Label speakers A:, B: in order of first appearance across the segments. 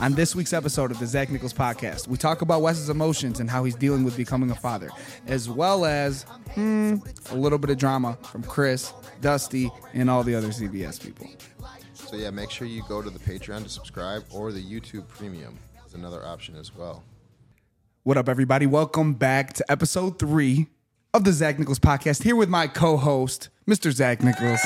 A: On this week's episode of the Zach Nichols Podcast, we talk about Wes's emotions and how he's dealing with becoming a father, as well as hmm, a little bit of drama from Chris, Dusty, and all the other CBS people.
B: So yeah, make sure you go to the Patreon to subscribe or the YouTube Premium is another option as well.
A: What up, everybody? Welcome back to episode three of the Zach Nichols Podcast, here with my co host, Mr. Zach Nichols.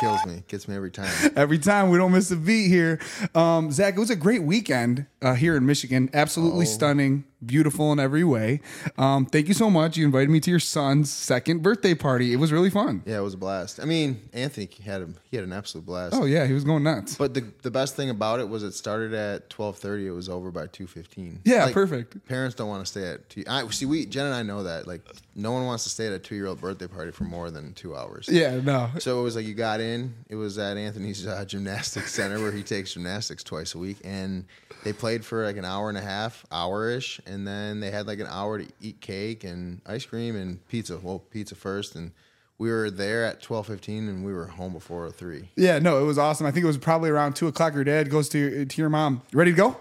B: Kills me, gets me every time.
A: Every time we don't miss a beat here. Um, Zach, it was a great weekend uh, here in Michigan. Absolutely
B: Oh.
A: stunning, beautiful in every way. Um, thank you so much. You invited me to your son's second birthday party. It was really fun.
B: Yeah, it was a blast. I mean, Anthony had him. He had an absolute blast.
A: Oh yeah, he was going nuts.
B: But the the best thing about it was it started at twelve thirty. It was over by two fifteen.
A: Yeah, perfect.
B: Parents don't want to stay at two. I see. We Jen and I know that. Like, no one wants to stay at a two year old birthday party for more than two hours.
A: yeah, no.
B: So it was like you got in. It was at Anthony's uh, gymnastics center where he takes gymnastics twice a week, and they played for like an hour and a half, hour ish, and then they had like an hour to eat cake and ice cream and pizza. Well, pizza first, and we were there at twelve fifteen, and we were home before three.
A: Yeah, no, it was awesome. I think it was probably around two o'clock. Your dad goes to your, to your mom. You ready to go?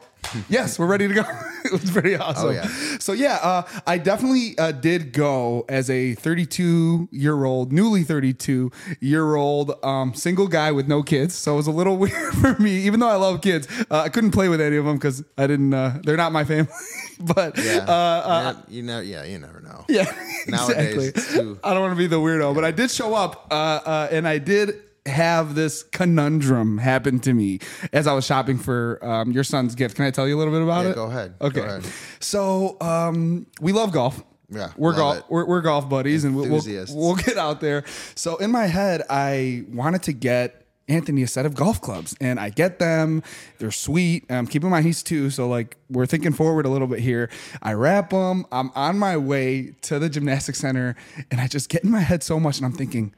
A: yes, we're ready to go. it was pretty awesome.
B: Oh, yeah.
A: So yeah, uh, I definitely uh, did go as a 32 year old, newly 32 year old um, single guy with no kids. So it was a little weird for me, even though I love kids. Uh, I couldn't play with any of them because I didn't. Uh, they're not my family. but
B: Yeah,
A: uh, uh,
B: you know, yeah, you never know.
A: yeah,
B: Nowadays,
A: exactly.
B: it's too-
A: I don't want to be the weirdo, but I did show up, uh, uh, and I did have this conundrum happen to me as I was shopping for um, your son's gift. Can I tell you a little bit about
B: Yeah,
A: it?
B: go ahead. Go
A: Okay.
B: ahead.
A: So um, we love golf.
B: Yeah,
A: we're
B: love
A: golf
B: it.
A: we're, we're golf buddies, and we'll, we'll
B: Enthusiasts.
A: we'll get out there. So in my head, I wanted to get. Anthony a set of golf clubs, and I get them. They're sweet. Um, keep in mind he's two, so like we're thinking forward a little bit here. I wrap them. I'm on my way to the gymnastics center, and I just get in my head so much, and I'm thinking,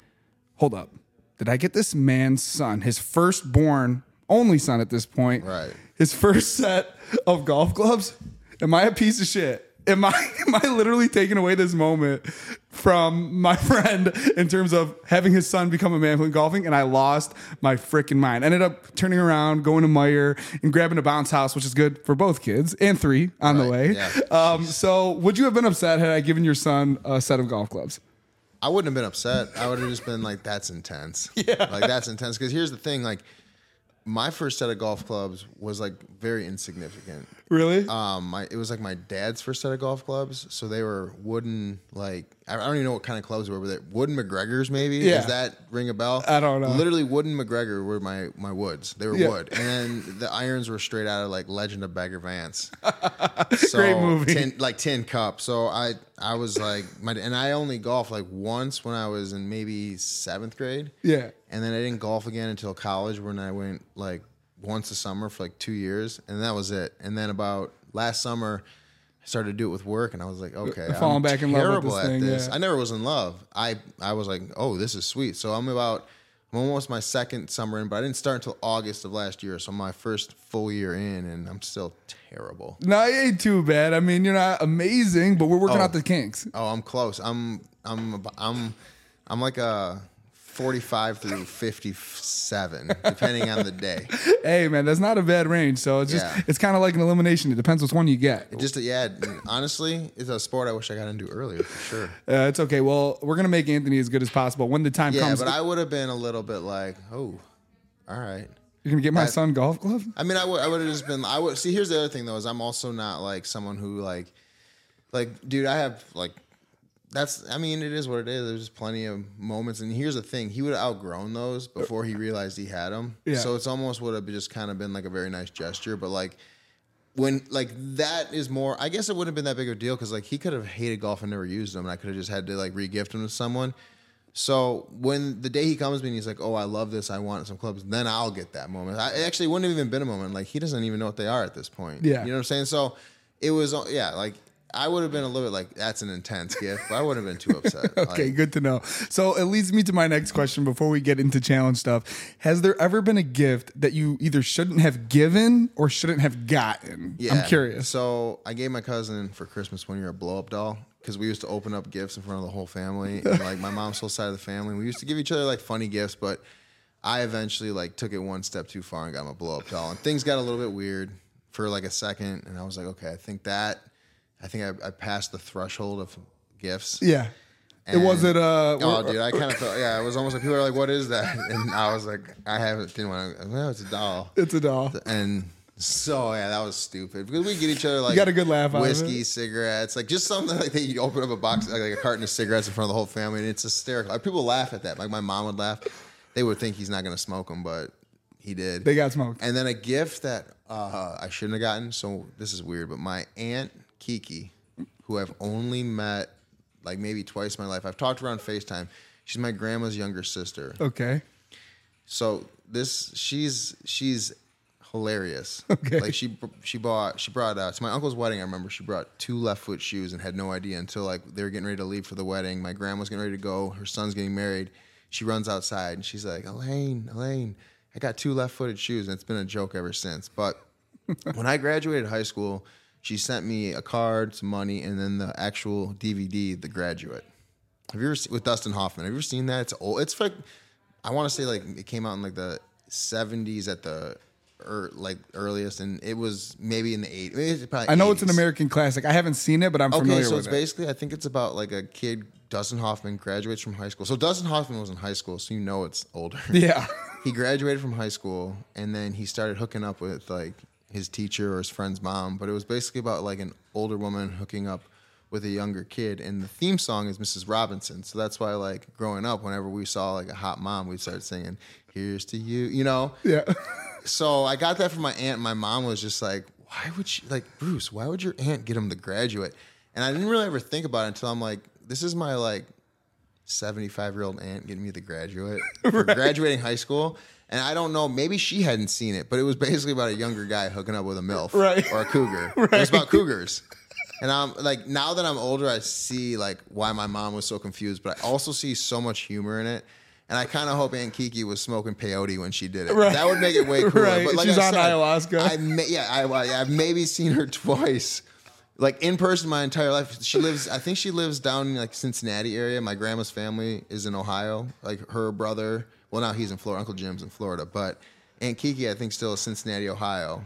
A: hold up, did I get this man's son, his firstborn, only son at this point?
B: Right.
A: His first set of golf clubs. Am I a piece of shit? Am I am I literally taking away this moment from my friend in terms of having his son become a man when golfing? And I lost my freaking mind. Ended up turning around, going to Meyer and grabbing a bounce house, which is good for both kids and three on the way.
B: yeah.
A: Um, so, would you have been upset had I given your son a set of golf clubs?
B: I wouldn't have been upset. I would have just been like, "That's intense." Yeah, like that's intense. Because here's the thing: like, my first set of golf clubs was like very insignificant.
A: Really?
B: Um, my, it was like my dad's first set of golf clubs. So they were wooden, like I I don't even know what kind of clubs they were, but they- wooden McGregors maybe.
A: Yeah.
B: Does that ring a bell?
A: I don't know.
B: Literally, wooden McGregor were my my woods. They were
A: Yeah.
B: wood, and then the irons were straight out of like Legend of Bagger Vance. so,
A: Great movie.
B: Tin, like tin cup. So I I was like my and I only golfed like once when I was in maybe seventh grade.
A: yeah.
B: And then I didn't golf again until college when I went like once a summer for like two years and that was it. And then about last summer I started to do it with work and I was like, okay,
A: Falling
B: I'm
A: back in love with
B: terrible
A: this
B: at
A: thing,
B: this.
A: yeah.
B: I never was in love. I I was like, oh, this is sweet. So I'm about
C: I'm almost my second summer in, but I didn't start until August of last year, so my first full year in, and I'm still terrible.
A: No, it ain't too bad. I mean, you're not amazing, but we're working
C: Oh.
A: out the kinks.
C: Oh, I'm close. I'm I'm ab- I'm I'm like a 45 through 57, depending on the day.
A: Hey, man, that's not a bad range. So it's just
C: Yeah.
A: it's kind of like an elimination. It depends which one you get.
C: Just yeah, honestly, it's a sport I wish I got into earlier for sure.
A: Uh, it's okay. Well, we're gonna make Anthony as good as possible when the time
C: Yeah,
A: comes.
C: but I would have been a little bit like, oh, all right.
A: you're gonna get my son golf gloves.
C: I mean, I would, I would have just been. I would see. Here's the other thing, though, is I'm also not like someone who like, like, dude, I have like, that's. I mean, it is what it is. There's just plenty of moments, and here's the thing: he would have outgrown those before he realized he had them.
A: Yeah.
C: So it's almost would have just kind of been like a very nice gesture, but like. When like that is more, I guess it wouldn't have been that big of a deal because like he could have hated golf and never used them, and I could have just had to like regift them to someone. So when the day he comes to me and he's like, "Oh, I love this. I want some clubs," then I'll get that moment. I it actually wouldn't have even been a moment. Like he doesn't even know what they are at this point.
A: Yeah.
C: you know what I'm saying. So it was, uh, yeah, like I would have been a little bit like, "That's an intense gift," but I wouldn't have been too upset.
A: Okay,
C: Like,
A: good to know. So it leads me to my next question before we get into challenge stuff. Has there ever been a gift that you either shouldn't have given or shouldn't have gotten? I'm curious.
C: So I gave my cousin for Christmas one year a blow up doll because we used to open up gifts in front of the whole family. And like my mom's whole side of the family, we used to give each other like funny gifts, but I eventually like took it one step too far and got him a blow up doll, and things got a little bit weird for like a second. And I was like, okay, I think that, I think I, I passed the threshold of gifts.
A: Yeah.
C: And-
A: it wasn't uh
C: Oh, dude, I kind of felt. Yeah, it was almost like people are like, "What is that?" And I was like, "I haven't didn't want to." Well, it's a doll
A: it's a doll.
C: and so yeah, that was stupid because we get each other like
A: got a good laugh out of
C: whiskey,
A: it.
C: cigarettes, like just something like that. You open up a box, like, like a carton of cigarettes in front of the whole family, and it's hysterical. Like, people laugh at that. Like my mom would laugh; they would think he's not going to smoke them, but he did.
A: They got smoked.
C: And then a gift that uh, I shouldn't have gotten. So this is weird, but my aunt Kiki, who I've only met like maybe twice in my life, I've talked to her on Facetime. She's my grandma's younger sister.
A: Okay.
C: So this she's she's hilarious. Okay. Like she she bought she brought uh, to my uncle's wedding. I remember she brought two left foot shoes and had no idea until like they were getting ready to leave for the wedding. My grandma's getting ready to go. Her son's getting married. She runs outside and she's like, Elaine, Elaine, I got two left footed shoes and it's been a joke ever since. But when I graduated high school, she sent me a card, some money, and then the actual DVD, The Graduate. Have you ever seen, with Dustin Hoffman? Have you ever seen that? It's old. It's like I want to say like it came out in like the seventies at the er, like earliest, and it was maybe in the eighties.
A: I know it's an American classic. I haven't seen it, but I'm
C: Okay,
A: familiar
C: so
A: with
C: it's
A: it.
C: basically I think it's about like a kid Dustin Hoffman graduates from high school. So Dustin Hoffman was in high school, so you know it's older.
A: Yeah.
C: he graduated from high school and then he started hooking up with like his teacher or his friend's mom but it was basically about like an older woman hooking up with a younger kid and the theme song is mrs robinson so that's why like growing up whenever we saw like a hot mom we'd start singing here's to you you know
A: Yeah.
C: so i got that from my aunt and my mom was just like why would she like bruce why would your aunt get him to graduate and i didn't really ever think about it until i'm like this is my like 75 year old aunt getting me the graduate for graduating high school. And I don't know, maybe she hadn't seen it, but it was basically about a younger guy hooking up with a MILF
A: Right.
C: or a cougar. It was about cougars. And I'm like, now that I'm older, I see like why my mom was so confused, but I also see so much humor in it. And I kind of hope Aunt Kiki was smoking peyote when she did it.
A: Right.
C: That would make it way cooler.
A: Right.
C: But like
A: She's
C: I
A: on
C: said,
A: ayahuasca.
C: I may, yeah, I, I- I've maybe seen her twice like in person my entire life. She lives, I think she lives down in like Cincinnati area. My grandma's family is in Ohio. Like her brother, well now he's in Florida. Uncle Jim's in Florida, but Aunt Kiki I think still is Cincinnati, Ohio.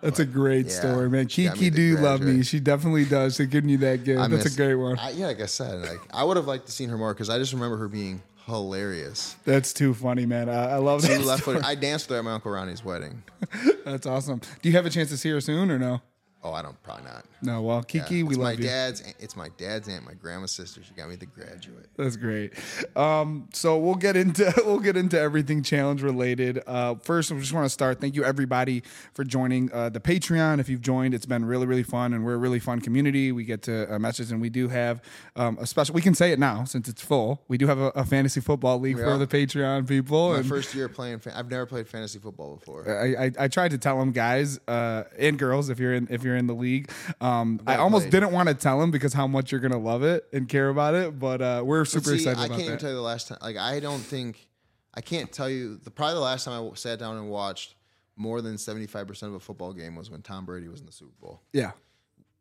A: That's a great
C: Yeah.
A: story, man.
C: She got
A: Kiki
C: me the
A: do love me.
C: graduate.
A: She definitely does. She's giving you that gift.
C: I
A: That's
C: miss-
A: a great one.
C: I, yeah, like I said, like I would have liked to seen her more because I just remember her being hilarious.
A: That's too funny, man. I, I love
C: Two
A: that.
C: left footed. I danced with her at my uncle Ronnie's wedding.
A: That's awesome. Do you have a chance to see her soon or no?
C: Oh, I don't probably not.
A: No. Well, Kiki,
C: Yeah.
A: we
C: it's my
A: love you.
C: dad's. It's my dad's aunt, my grandma's sister. She got me the graduate.
A: That's great. Um, so we'll get into we'll get into everything challenge related. Uh, first, we just want to start. Thank you everybody for joining uh, the Patreon. If you've joined, it's been really really fun, and we're a really fun community. We get to uh, message, and we do have um, a special. We can say it now since it's full. We do have a, a fantasy football league for
C: are.
A: the Patreon people.
C: My
A: and-
C: first year playing. Fan- I've never played fantasy football before.
A: I, I, I tried to tell them guys uh, and girls if you're in if you're in the league. Um, I almost
C: played.
A: didn't want to tell them because how much you're gonna love it and care about it. But uh, we're super
C: See,
A: excited
C: I
A: about
C: can't even
A: that.
C: tell you the last time. Like, I don't think
D: I can't tell you the probably the last time I w- sat down and watched more than seventy five percent of a football game was when Tom Brady was in the Super Bowl.
A: Yeah.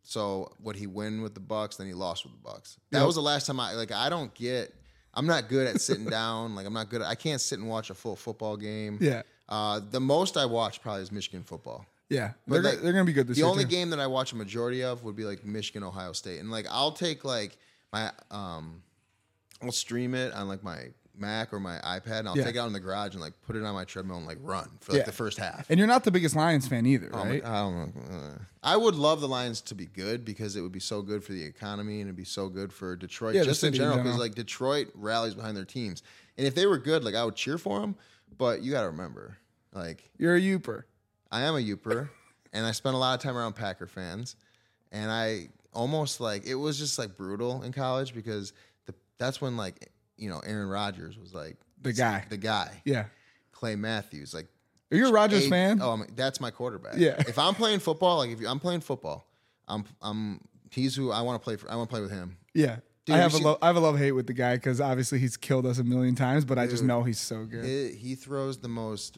D: So would he win with the Bucks? Then he lost with the Bucks. That was the last time I like. I don't get. I'm not good at sitting down. Like I'm not good. At, I can't sit and watch a full football game.
A: Yeah.
D: Uh, the most I watch probably is Michigan football.
A: Yeah.
D: But
A: They're,
D: like,
A: they're going to be good this
D: the
A: year.
D: only
A: too.
D: game that I watch a majority of would be like Michigan, Ohio State, and like I'll take like my um, I'll stream it on like my Mac or my iPad, and I'll
A: Yeah.
D: take it out in the garage and like put it on my treadmill and like run for like
A: Yeah.
D: the first half.
A: And you're not the biggest Lions fan either,
D: Oh my-
A: right?
D: I don't know. Uh, I would love the Lions to be good because it would be so good for the economy and it'd be so good for Detroit
A: Yeah, the
D: just in
A: city in
D: general. Because
A: general.
D: like Detroit rallies behind their teams, and if they were good, like I would cheer for them. But you got to remember, like
A: You're a Uper.
D: I am a Uper, and I spent a lot of time around Packer fans, and I almost like it was just like brutal in college because the, that's when like you know Aaron Rodgers was like
A: The guy.
D: the guy,
A: Yeah.
D: Clay Matthews, like
A: Are you a Rogers
D: eight-
A: fan?
D: Oh, I'm, that's my quarterback.
A: Yeah.
D: If I'm playing football, like if you, I'm playing football, I'm I'm he's who I want to play for. I want to play with him.
A: yeah.
D: Dude,
A: I
D: you
A: have a
D: see-
A: lo- I have a love hate with the guy because obviously he's killed us a million times, but I just
D: Dude.
A: know he's so good.
D: He- he throws the most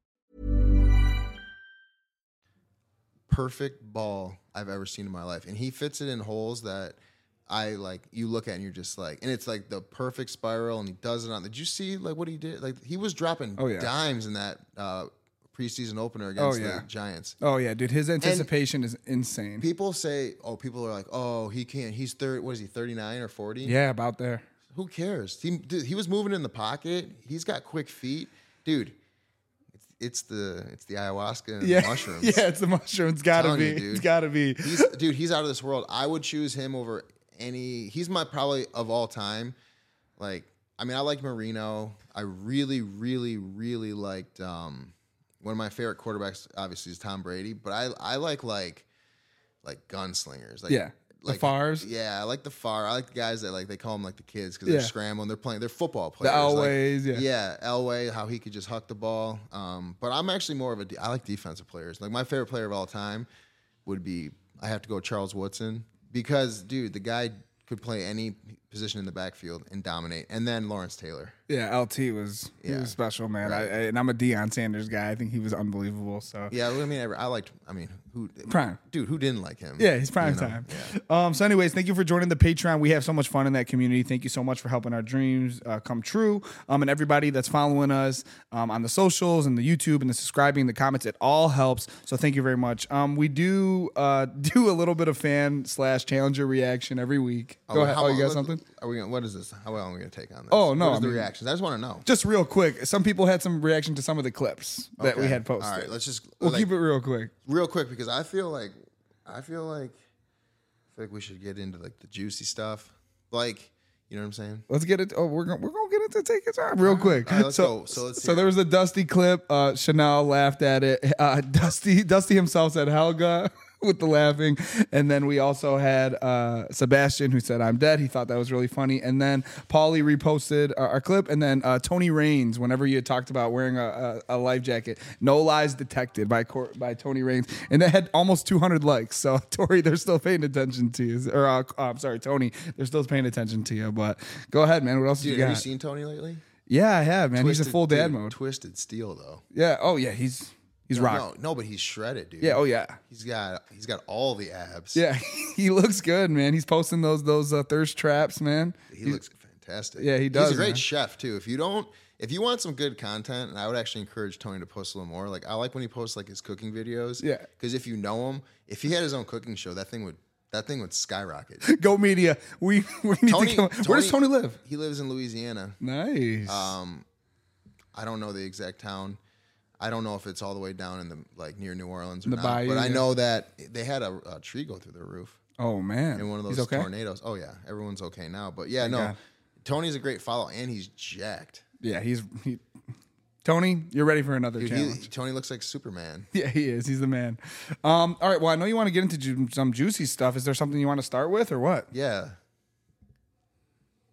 D: perfect ball I've ever seen in my life. And he fits it in holes that I like you look at and you're just like and it's like the perfect spiral and he does it on did you see like what he did? Like he was dropping
A: Oh, yeah. Oh,
D: dimes in that uh preseason opener against
A: yeah.
D: the Giants.
A: Oh yeah, dude, his anticipation is insane.
D: People say, oh, people are like, oh, he can't. He's third. What is he? Thirty nine or forty?
A: yeah, about there.
D: Who cares? He dude, he was moving in the pocket. He's got quick feet, dude. It's it's the it's the ayahuasca and
A: Yeah,
D: the mushrooms.
A: yeah, it's the mushrooms. Gotta
D: telling
A: be.
D: you, dude.
A: it's gotta be.
D: He's dude, he's out of this world. I would choose him over any. He's my probably of all time. Like, I mean, I like Marino. I really, really, really liked um, one of my favorite quarterbacks. Obviously, is Tom Brady, but I I like like like gunslingers. Like,
A: Yeah. The
D: like
A: Favres.
D: Yeah, I like the far. I like the guys that like they call them like the kids because they're
A: Yeah.
D: scrambling. They're playing. They're football players. like-
A: Elways, yeah.
D: yeah, Elway, how he could just huck the ball. Um, but I'm actually more of a. de- I like defensive players. Like my favorite player of all time would be. I have to go Charles Woodson because dude, the guy could play any position in the backfield and dominate. And then Lawrence Taylor.
A: Yeah, LT was he
D: Yeah.
A: was special, man. I, I,
D: Right.
A: and I'm a Deion Sanders guy. I think he was unbelievable. So
D: Yeah, I mean, I, I liked. I mean, who
A: Prime.
D: dude? Who didn't like him?
A: Yeah, he's prime
D: You know?
A: time. Um, so, anyways, thank you for joining the Patreon. We have so much fun in that community. Thank you so much for helping our dreams uh, come true. Um, and everybody that's following us um, on the socials and the YouTube and the subscribing, the comments, it all helps. So, thank you very much. Um, we do uh, do a little bit of fan slash challenger reaction every week. Go ahead.
D: how
A: Oh, you got
D: long-
A: something?
D: Are we? Gonna, what is this? How long are we gonna take on this?
A: Oh, no,
D: What is
A: I
D: the
A: mean-
D: reactions? I just want to know.
A: Just real quick. Some people had some reaction to some of the clips that we
D: Okay.
A: had posted.
D: All right, let's just-
A: We'll
D: like-
A: keep it real quick.
D: real quick because I feel like I feel like I feel like we should get into like the juicy stuff. Like, you know what I'm saying?
A: Let's get it. Oh, we're gonna we're gonna get into take your time real quick.
D: All right, let's
A: so
D: go. So let's
A: so
D: hear
A: there
D: it.
A: was a Dusty clip. Uh, Chanel laughed at it. Uh, Dusty Dusty himself said Helga with the laughing, and then we also had uh, Sebastian who said I'm dead. He thought that was really funny, and then Paulie reposted our, our clip, and then uh, Tony Raines. Whenever you had talked about wearing a, a, a life jacket, no lies detected by court by Tony Raines, and that had almost 200 likes. So Tori, they're still paying attention to you. Or uh, I'm sorry, Tony, they're still paying attention to you. But go ahead, man. What else
D: Dude,
A: you got?
D: have you seen Tony lately?
A: Yeah, I have, man. he's a
D: Twisted-
A: full dad
D: dude,
A: mode.
D: Twisted steel though.
A: yeah. Oh yeah, he's he's
D: no,
A: rock.
D: No, no, but he's shredded, dude.
A: Yeah. Oh yeah.
D: He's got he's got all the abs.
A: Yeah. he looks good, man. He's posting those those uh, thirst traps, man.
D: He looks
E: fantastic.
A: Yeah, he does,
E: He's a great
A: man.
E: chef too. If you don't, if you want some good content, and I would actually encourage Tony to post a little more. Like I like when he posts like his cooking videos.
A: Yeah.
E: because if you know him, if he had his own cooking show, that thing would that thing would skyrocket.
A: Go media. We we need to
E: Tony, Um,
A: come. Where does Tony live?
E: He lives in Louisiana.
A: Nice.
E: I don't know the exact town. I don't know if it's all the way down in the like near New Orleans or
A: The
E: not.
A: bayou,
E: but I
A: yeah.
E: know that they had a, a tree go through their roof.
A: oh man,
E: in one of
A: He's
E: those
A: okay?
E: tornadoes. Oh yeah, everyone's okay now. But yeah, no,
A: God.
E: Tony's a great follow, and he's jacked.
A: Yeah, he's he. Tony, you're ready for another
E: Dude,
A: challenge.
E: he, Tony looks like Superman.
A: Yeah, he is. He's the man. Um, all right. Well, I know you want to get into ju- some juicy stuff. Is there something you want to start with, or what?
E: Yeah.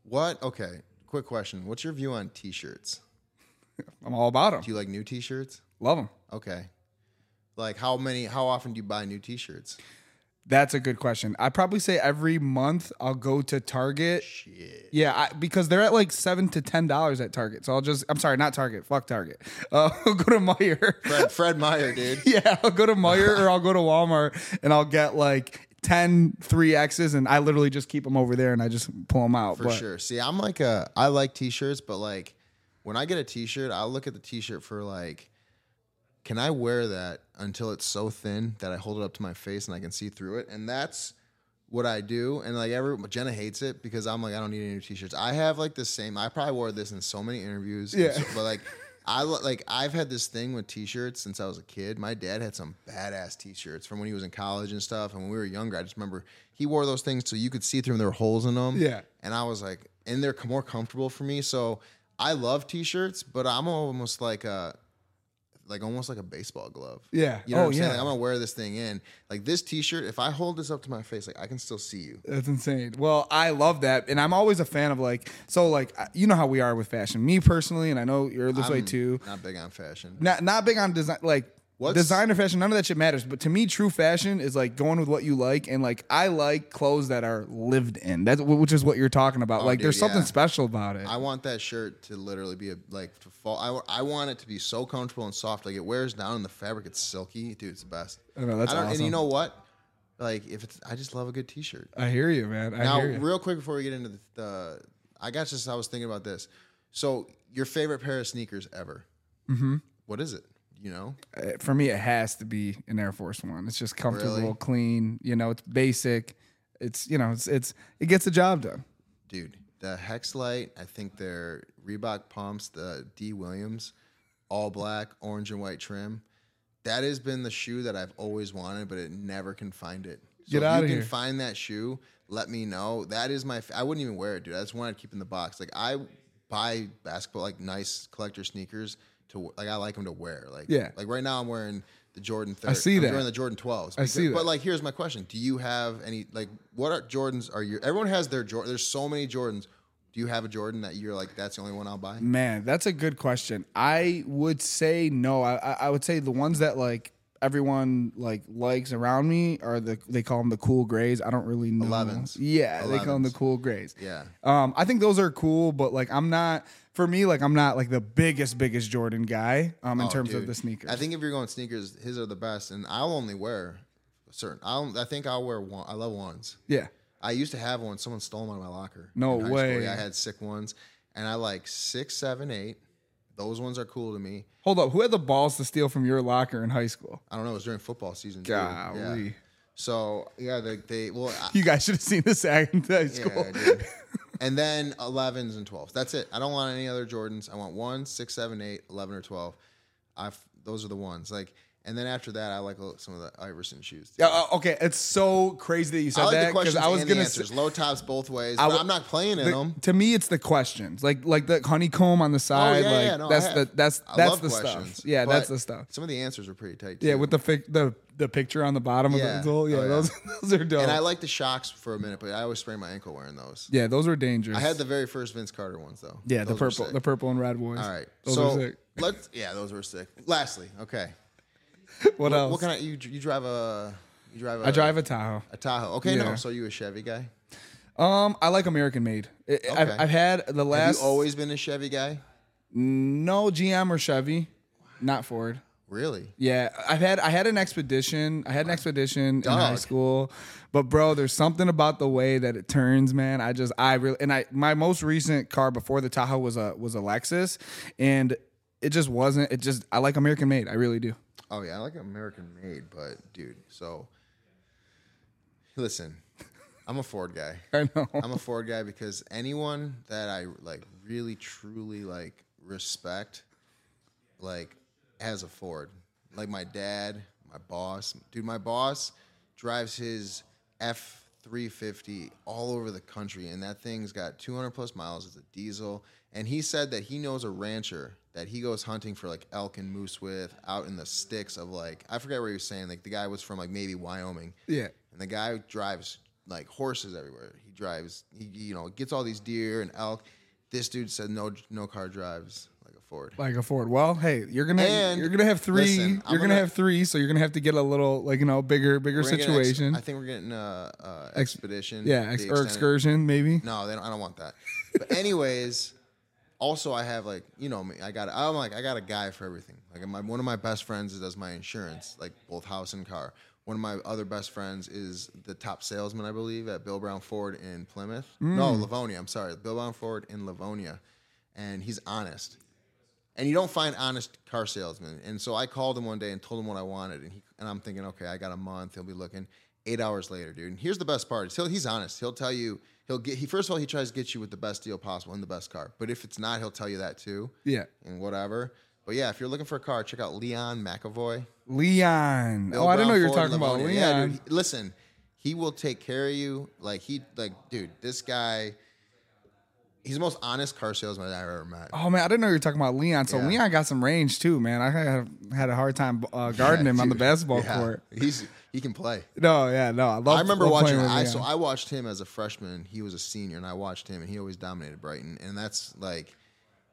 E: What? Okay. Quick question. What's your view on T-shirts?
A: I'm all about him.
E: Do you like new T-shirts?
A: Love him.
E: Okay. Like how many? How often do you buy new T-shirts?
A: That's a good question. I probably say every month I'll go to Target. Shit. Yeah, I, because they're at like seven to ten dollars at Target. So I'll just. I'm sorry, not Target. Fuck Target. Uh, I'll go to Meyer.
E: Fred, Fred Meyer, dude.
A: Yeah, I'll go to Meyer or I'll go to Walmart and I'll get like 10 3Xs and I literally just keep them over there and I just pull them out.
E: for
A: but
E: sure. See, I'm like a I like t-shirts, but like when I get a t-shirt, I look at the t-shirt for like can I wear that until it's so thin that I hold it up to my face and I can see through it? And that's what I do. And like every Jenna hates it because I'm like I don't need any new t-shirts. I have like the same. I probably wore this in so many interviews. and
A: Yeah.
E: so- but like I lo- like I've had this thing with t-shirts since I was a kid. My dad had some badass t-shirts from when he was in college and stuff. And when we were younger, I just remember he wore those things so you could see through them. There were holes in them.
A: Yeah.
E: And I was like, and they're more comfortable for me. So I love t-shirts, but I'm almost like a like almost like a baseball glove.
A: Yeah.
E: You know
A: Oh,
E: what I'm saying?
A: yeah.
E: Like, I'm gonna wear this thing in. Like this t-shirt, if I hold this up to my face, like I can still see you.
A: That's insane. Well, I love that, and I'm always a fan of like so like I- you know how we are with fashion. Me personally, and I know you're this way too.
E: Not big on fashion.
A: Not not big on design like
E: What's-
A: designer fashion. None of that shit matters. But to me, true fashion is like going with what you like, and like I like clothes that are lived in. That's which is what you're talking about.
E: Oh,
A: like
E: dude,
A: there's something
E: yeah.
A: special about it.
E: I want that shirt to literally be a like to fall. I, I want it to be so comfortable and soft. Like it wears down and the fabric. It's silky, dude. It's the best.
A: I know, that's
E: And you
A: awesome.
E: know what? Like if it's, I just love a good t-shirt.
A: I hear you, man. I
E: now,
A: hear you.
E: real quick before we get into the, the I got just I was thinking about this. So your favorite pair of sneakers ever? Mm-hmm. is it? You know,
A: Uh, for me, it has to be an Air Force One. It's just comfortable,
E: Really?
A: clean. You know, it's basic. It's you know, it's it's it gets the job done.
E: dude, the Hexlite. I think they're Reebok pumps. The D Williams, all black, orange and white trim. That has been the shoe that I've always wanted, but it never can find it. So
A: Get
E: if
A: outta
E: you
A: here.
E: can find that shoe, let me know. That is my. F- I wouldn't even wear it, dude. That's one I'd keep in the box. Like I buy basketball, like nice collector sneakers to w- like. I like them to wear. Like
A: Yeah.
E: Like right now, I'm wearing the Jordan. 13.
A: see
E: I'm
A: that.
E: Wearing the Jordan 12s.
A: I see that.
E: But like, here's my question: Do you have any like what are Jordans? Are your everyone has their Jordan? There's so many Jordans. Do you have a Jordan that you're like that's the only one I'll buy?
A: Man, that's a good question. I would say no. I, I I would say the ones that like everyone like likes around me are the they call them the cool grays. I don't really know.
E: 11s.
A: Yeah, they call them the cool grays.
E: Yeah.
A: Um, I think those are cool, but like I'm not for me like I'm not like the biggest biggest Jordan guy um in terms of
E: Oh, Dude,
A: the sneakers.
E: I think if you're going sneakers, his are the best, and I'll only wear certain. I'll, I think I'll wear one. I love ones.
A: yeah.
E: I used to have one. Someone stole them out of my locker.
A: No
E: in high school.
A: way.
E: Yeah, I had sick ones, and I like six, seven, eight. Those ones are cool to me.
A: Hold up, who had the balls to steal from your locker in high school?
E: I don't know. It was during football season. too. Yeah.
A: Golly.
E: So yeah, they, they well. I,
A: You guys should have seen this act in high
E: Yeah,
A: school.
E: dude. and then 11s and 12s. That's it. I don't want any other Jordans. I want one, six, seven, eight, 11, or 12. I've, those are the ones. Like, and then after that, I like some of the Iverson shoes. too.
A: Yeah, uh, okay, it's so crazy that you said
E: I like
A: that
E: the questions
A: I was
E: and the
A: gonna
E: answers. Low tops both ways.
A: I
E: But
A: w-
E: I'm not playing in
A: the-
E: them. Oh,
A: To me, it's the questions, like like the honeycomb on the side.
E: yeah,
A: like
E: yeah, no, I
A: that's
E: have.
A: the that's
E: I
A: that's
E: love
A: the
E: questions,
A: stuff. Yeah,
E: but
A: that's the stuff.
E: Some of the answers are pretty tight. Too.
A: Yeah, with the fic, the the picture on the bottom
E: Yeah.
A: of the goal. Yeah,
E: Oh, yeah.
A: those those are dope.
E: and I like the shocks for a minute, but I always sprain my ankle wearing those.
A: yeah, those were dangerous.
E: I had the very first Vince Carter ones though.
A: yeah the
E: Those were
A: purple
E: sick.
A: the purple and red ones.
E: All right,
A: those
E: so
A: are sick.
E: let's. Yeah, those were sick. Lastly, okay,
A: What else?
E: what kind of you? You drive a. You drive a.
A: I drive a Tahoe.
E: A Tahoe. Okay,
A: Yeah.
E: no. So you a Chevy guy?
A: Um, I like American made. I- I've,
E: Okay.
A: I've had the last
E: Have you always been a Chevy guy?
A: no GM or Chevy, not Ford.
E: Really?
A: Yeah, I've had I had an expedition. I had an expedition in high
E: Dog.
A: school, but bro, there's something about the way that it turns, man. I just I really and I my most recent car before the Tahoe was a was a Lexus, and it just wasn't. It just I like American made. I really do.
E: Oh yeah, I like American made, but dude, so listen, I'm a Ford guy.
A: I know.
E: I'm a Ford guy because anyone that I like really truly like respect, like has a Ford. Like my dad, my boss, dude, my boss drives his F. 350 all over the country, and that thing's got 200 plus miles. It's a diesel, and he said that he knows a rancher that he goes hunting for like elk and moose with out in the sticks of like I forget where he was saying. Like the guy was from like maybe Wyoming,
A: Yeah.
E: and the guy drives like horses everywhere. He drives, he you know gets all these deer and elk. This dude said no, no car drives like a Ford.
A: Like a Ford. Well, hey, you're gonna
E: And
A: you're gonna have three.
E: listen,
A: you're
E: I'm
A: gonna,
E: gonna-
A: have three, so you're gonna have to get a little like you know bigger bigger
E: We're gonna get an ex-
A: situation.
E: I think we're getting uh, uh,
A: Ex-
E: expedition.
A: yeah,
E: the
A: ex- or
E: extended-
A: excursion maybe.
E: No, they don't, I don't want that. But anyways, also I have like you know me. I got I'm like I got a guy for everything. Like my one of my best friends does my insurance, like both house and car. One of my other best friends is the top salesman, I believe, at Bill Brown Ford in Plymouth. No, Livonia. I'm sorry, Bill Brown Ford in Livonia, and he's honest. And you don't find honest car salesmen. And so I called him one day and told him what I wanted, and he and I'm thinking, okay, I got a month. He'll be looking. Eight hours later, dude. And here's the best part: is he'll, he's honest. He'll tell you. He'll get. He first of all, he tries to get you with the best deal possible and the best car. But if it's not, he'll tell you that too.
A: Yeah.
E: And whatever. But yeah, if you're looking for a car, check out Leon McAvoy.
A: Leon.
E: Bill
A: oh, I didn't know
E: Brown
A: you were
E: Ford,
A: talking about Leon.
E: Livonia. Yeah, dude, he- listen, he will take care of you. Like he, like dude, this guy. He's the most honest car salesman I've ever met.
A: Oh man, I didn't know you were talking about Leon. So
E: Yeah.
A: Leon got some range too, man. I had, had a hard time uh, guarding him on the
E: Dude,
A: basketball
E: yeah.
A: court.
E: He's he can play.
A: No, yeah, no. I, love,
E: I remember
A: love
E: watching.
A: playing with
E: I
A: Leon.
E: so I watched him as a freshman. He was a senior, and I watched him, and he always dominated Brighton. And that's like,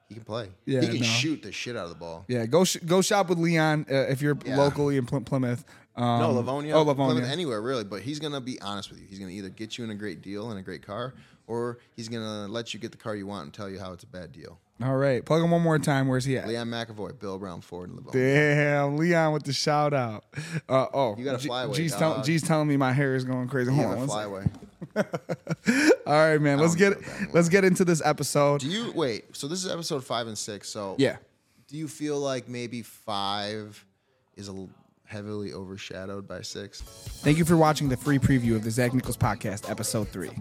E: he can play.
A: Yeah,
E: he can
A: no.
E: shoot the shit out of the ball.
A: yeah, go sh- go shop with Leon uh, if you're
E: Yeah.
A: locally in Ply- Plymouth. Um,
E: no, Livonia.
A: Oh, Livonia.
E: Plymouth, anywhere really, but he's gonna be honest with you. He's gonna either get you in a great deal and a great car, or he's gonna let you get the car you want and tell you how it's a bad deal.
A: All right, plug him one more time. Where's he at?
E: Leon McAvoy, Bill Brown, Ford, and Livonia.
A: Damn, Leon with the shout out. Uh, oh,
E: You got a
A: G-
E: flyaway,
A: G's, tell-
E: dog.
A: G's telling me my hair is going crazy.
E: You
A: Hold
E: have
A: on,
E: a
A: one sec.
E: flyaway.
A: All right, man. Let's
E: don't
A: get
E: feel that
A: let's get into this episode.
E: Do you wait? So this is episode five and six. So
A: yeah.
E: do you feel like maybe five is a l- heavily overshadowed by six?
A: Thank you for watching the free preview of the Zach Nichols Podcast, episode three.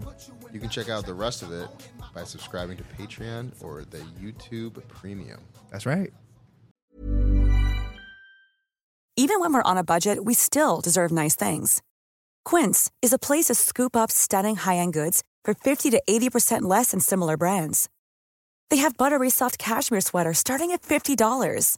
E: You can check out the rest of it by subscribing to Patreon or the YouTube Premium.
A: That's right.
F: Even when we're on a budget, we still deserve nice things. Quince is a place to scoop up stunning high end goods for 50 to 80% less than similar brands. They have buttery soft cashmere sweaters starting at $50,